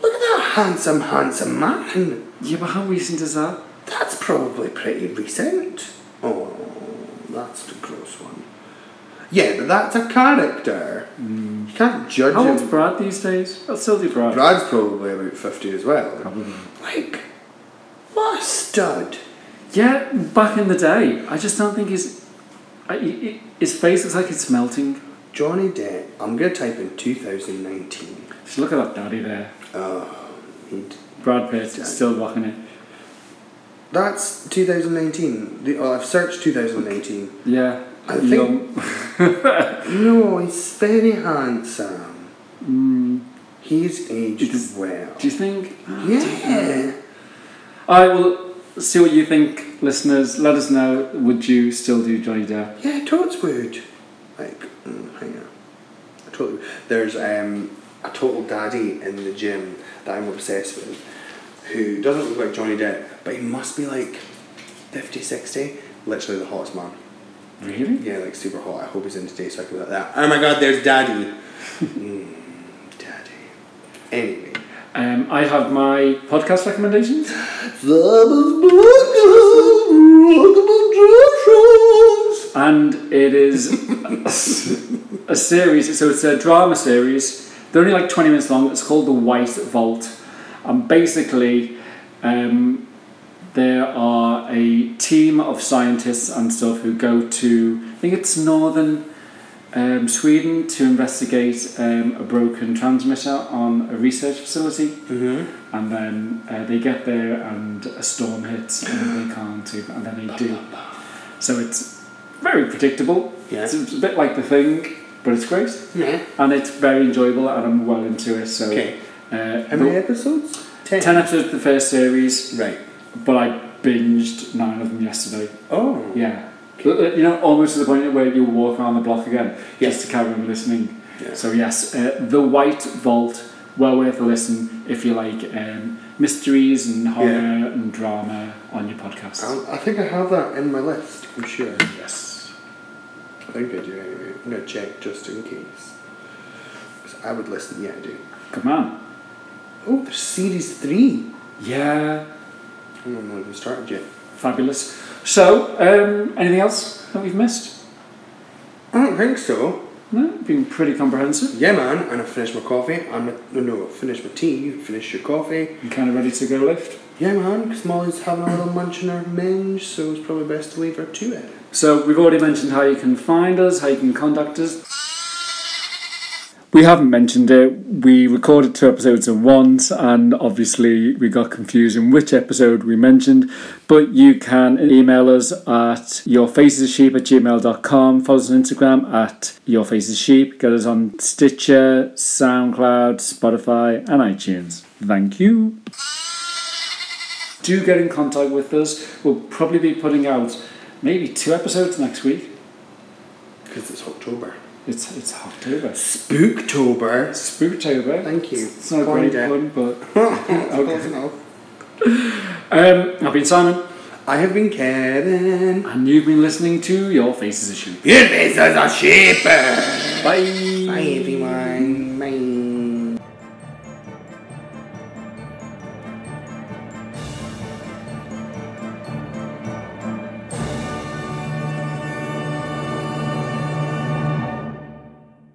look at that handsome, handsome man.
Yeah, but how recent is that?
That's probably pretty recent. Oh, that's the gross one. Yeah, but that's a character. You can't judge
Mm. How old's
him.
Brad these days? I'll still do Brad.
Brad's probably about 50 as well.
Probably.
Like, what a stud.
Yeah, back in the day. I just don't think he's. I, he- he- his face looks like it's melting.
Johnny Depp. I'm gonna type in 2019.
Just look at that daddy there.
Oh, he'd-
Brad Pitt,
Daddy.
still rocking it.
that's 2019. The, oh, I've searched 2019.
Yeah.
I
young.
No, he's very handsome.
Mm,
He's aged
It's-
well.
do you think?
Yeah.
I will see what you think, listeners. Let us know. Would you still do Johnny Depp?
Yeah, totes would. Like, mm, hang on. I totally. There's um, a total daddy in the gym that I'm obsessed with who doesn't look like Johnny Depp, but he must be like 50, 60. Literally the hottest man.
Really?
Yeah, like super hot. I hope he's in today so I can be like that. Oh my god, there's daddy. [LAUGHS] mm, daddy. Anyway.
Um, I have my podcast recommendations. and it is a series. So it's a drama series. They're only like twenty minutes long. It's called The White Vault, and basically, um, there are a team of scientists and stuff who go to I think it's northern um, Sweden to investigate um, a broken transmitter on a research facility.
Mm-hmm.
And then uh, they get there and a storm hits and they can't do, and then they do. So it's very predictable.
Yeah.
It's a bit like The Thing, but it's great.
Yeah.
And it's very enjoyable and I'm well into it. So
Okay.
uh,
How many episodes?
the- 10 episodes of the first series,
Right.
but I binged nine of them yesterday.
Oh.
Yeah. You know, almost to the point where you walk around the block again just to carry on listening.
Yeah.
So yes, uh, the White Vault, well worth a listen if you like um, mysteries and horror
Yeah. Oh.
and drama on your podcast.
I'll- I think I have that in my list. I'm sure.
Yes.
I think I do anyway. I'm gonna check just in case. 'Cause I would listen. Yeah, I do.
Good man.
Oh, there's series three.
Yeah.
I don't know if we started yet.
Fabulous. So, um, anything else that we've missed?
I don't think so.
No, been pretty comprehensive.
Yeah, man. And I finished my coffee. I'm no, no. I finished my tea. You finished your coffee.
I'm kind of ready to go lift.
Yeah, man. Because Molly's having a little munch in her minge, so it's probably best to leave her to it.
So we've already mentioned how you can find us, how you can contact us. We haven't mentioned it. We recorded two episodes at once, and obviously we got confused in which episode we mentioned. But you can email us at yourfacesasheep at gmail.com, follow us on Instagram at yourfacesasheep, get us on Stitcher, SoundCloud, Spotify, and iTunes. Thank you do get in contact with us. We'll probably be putting out maybe two episodes next week.
Because it's October.
It's it's October.
Spooktober.
Spooktober.
Thank you.
It's not a
Coined
great
it.
pun,
[LAUGHS]
but
Close enough.
um, I've been Simon,
I have been Kevin.
and you've been listening to Your Faces Issue.
Your face is a shepherd.
Bye.
Bye, everyone.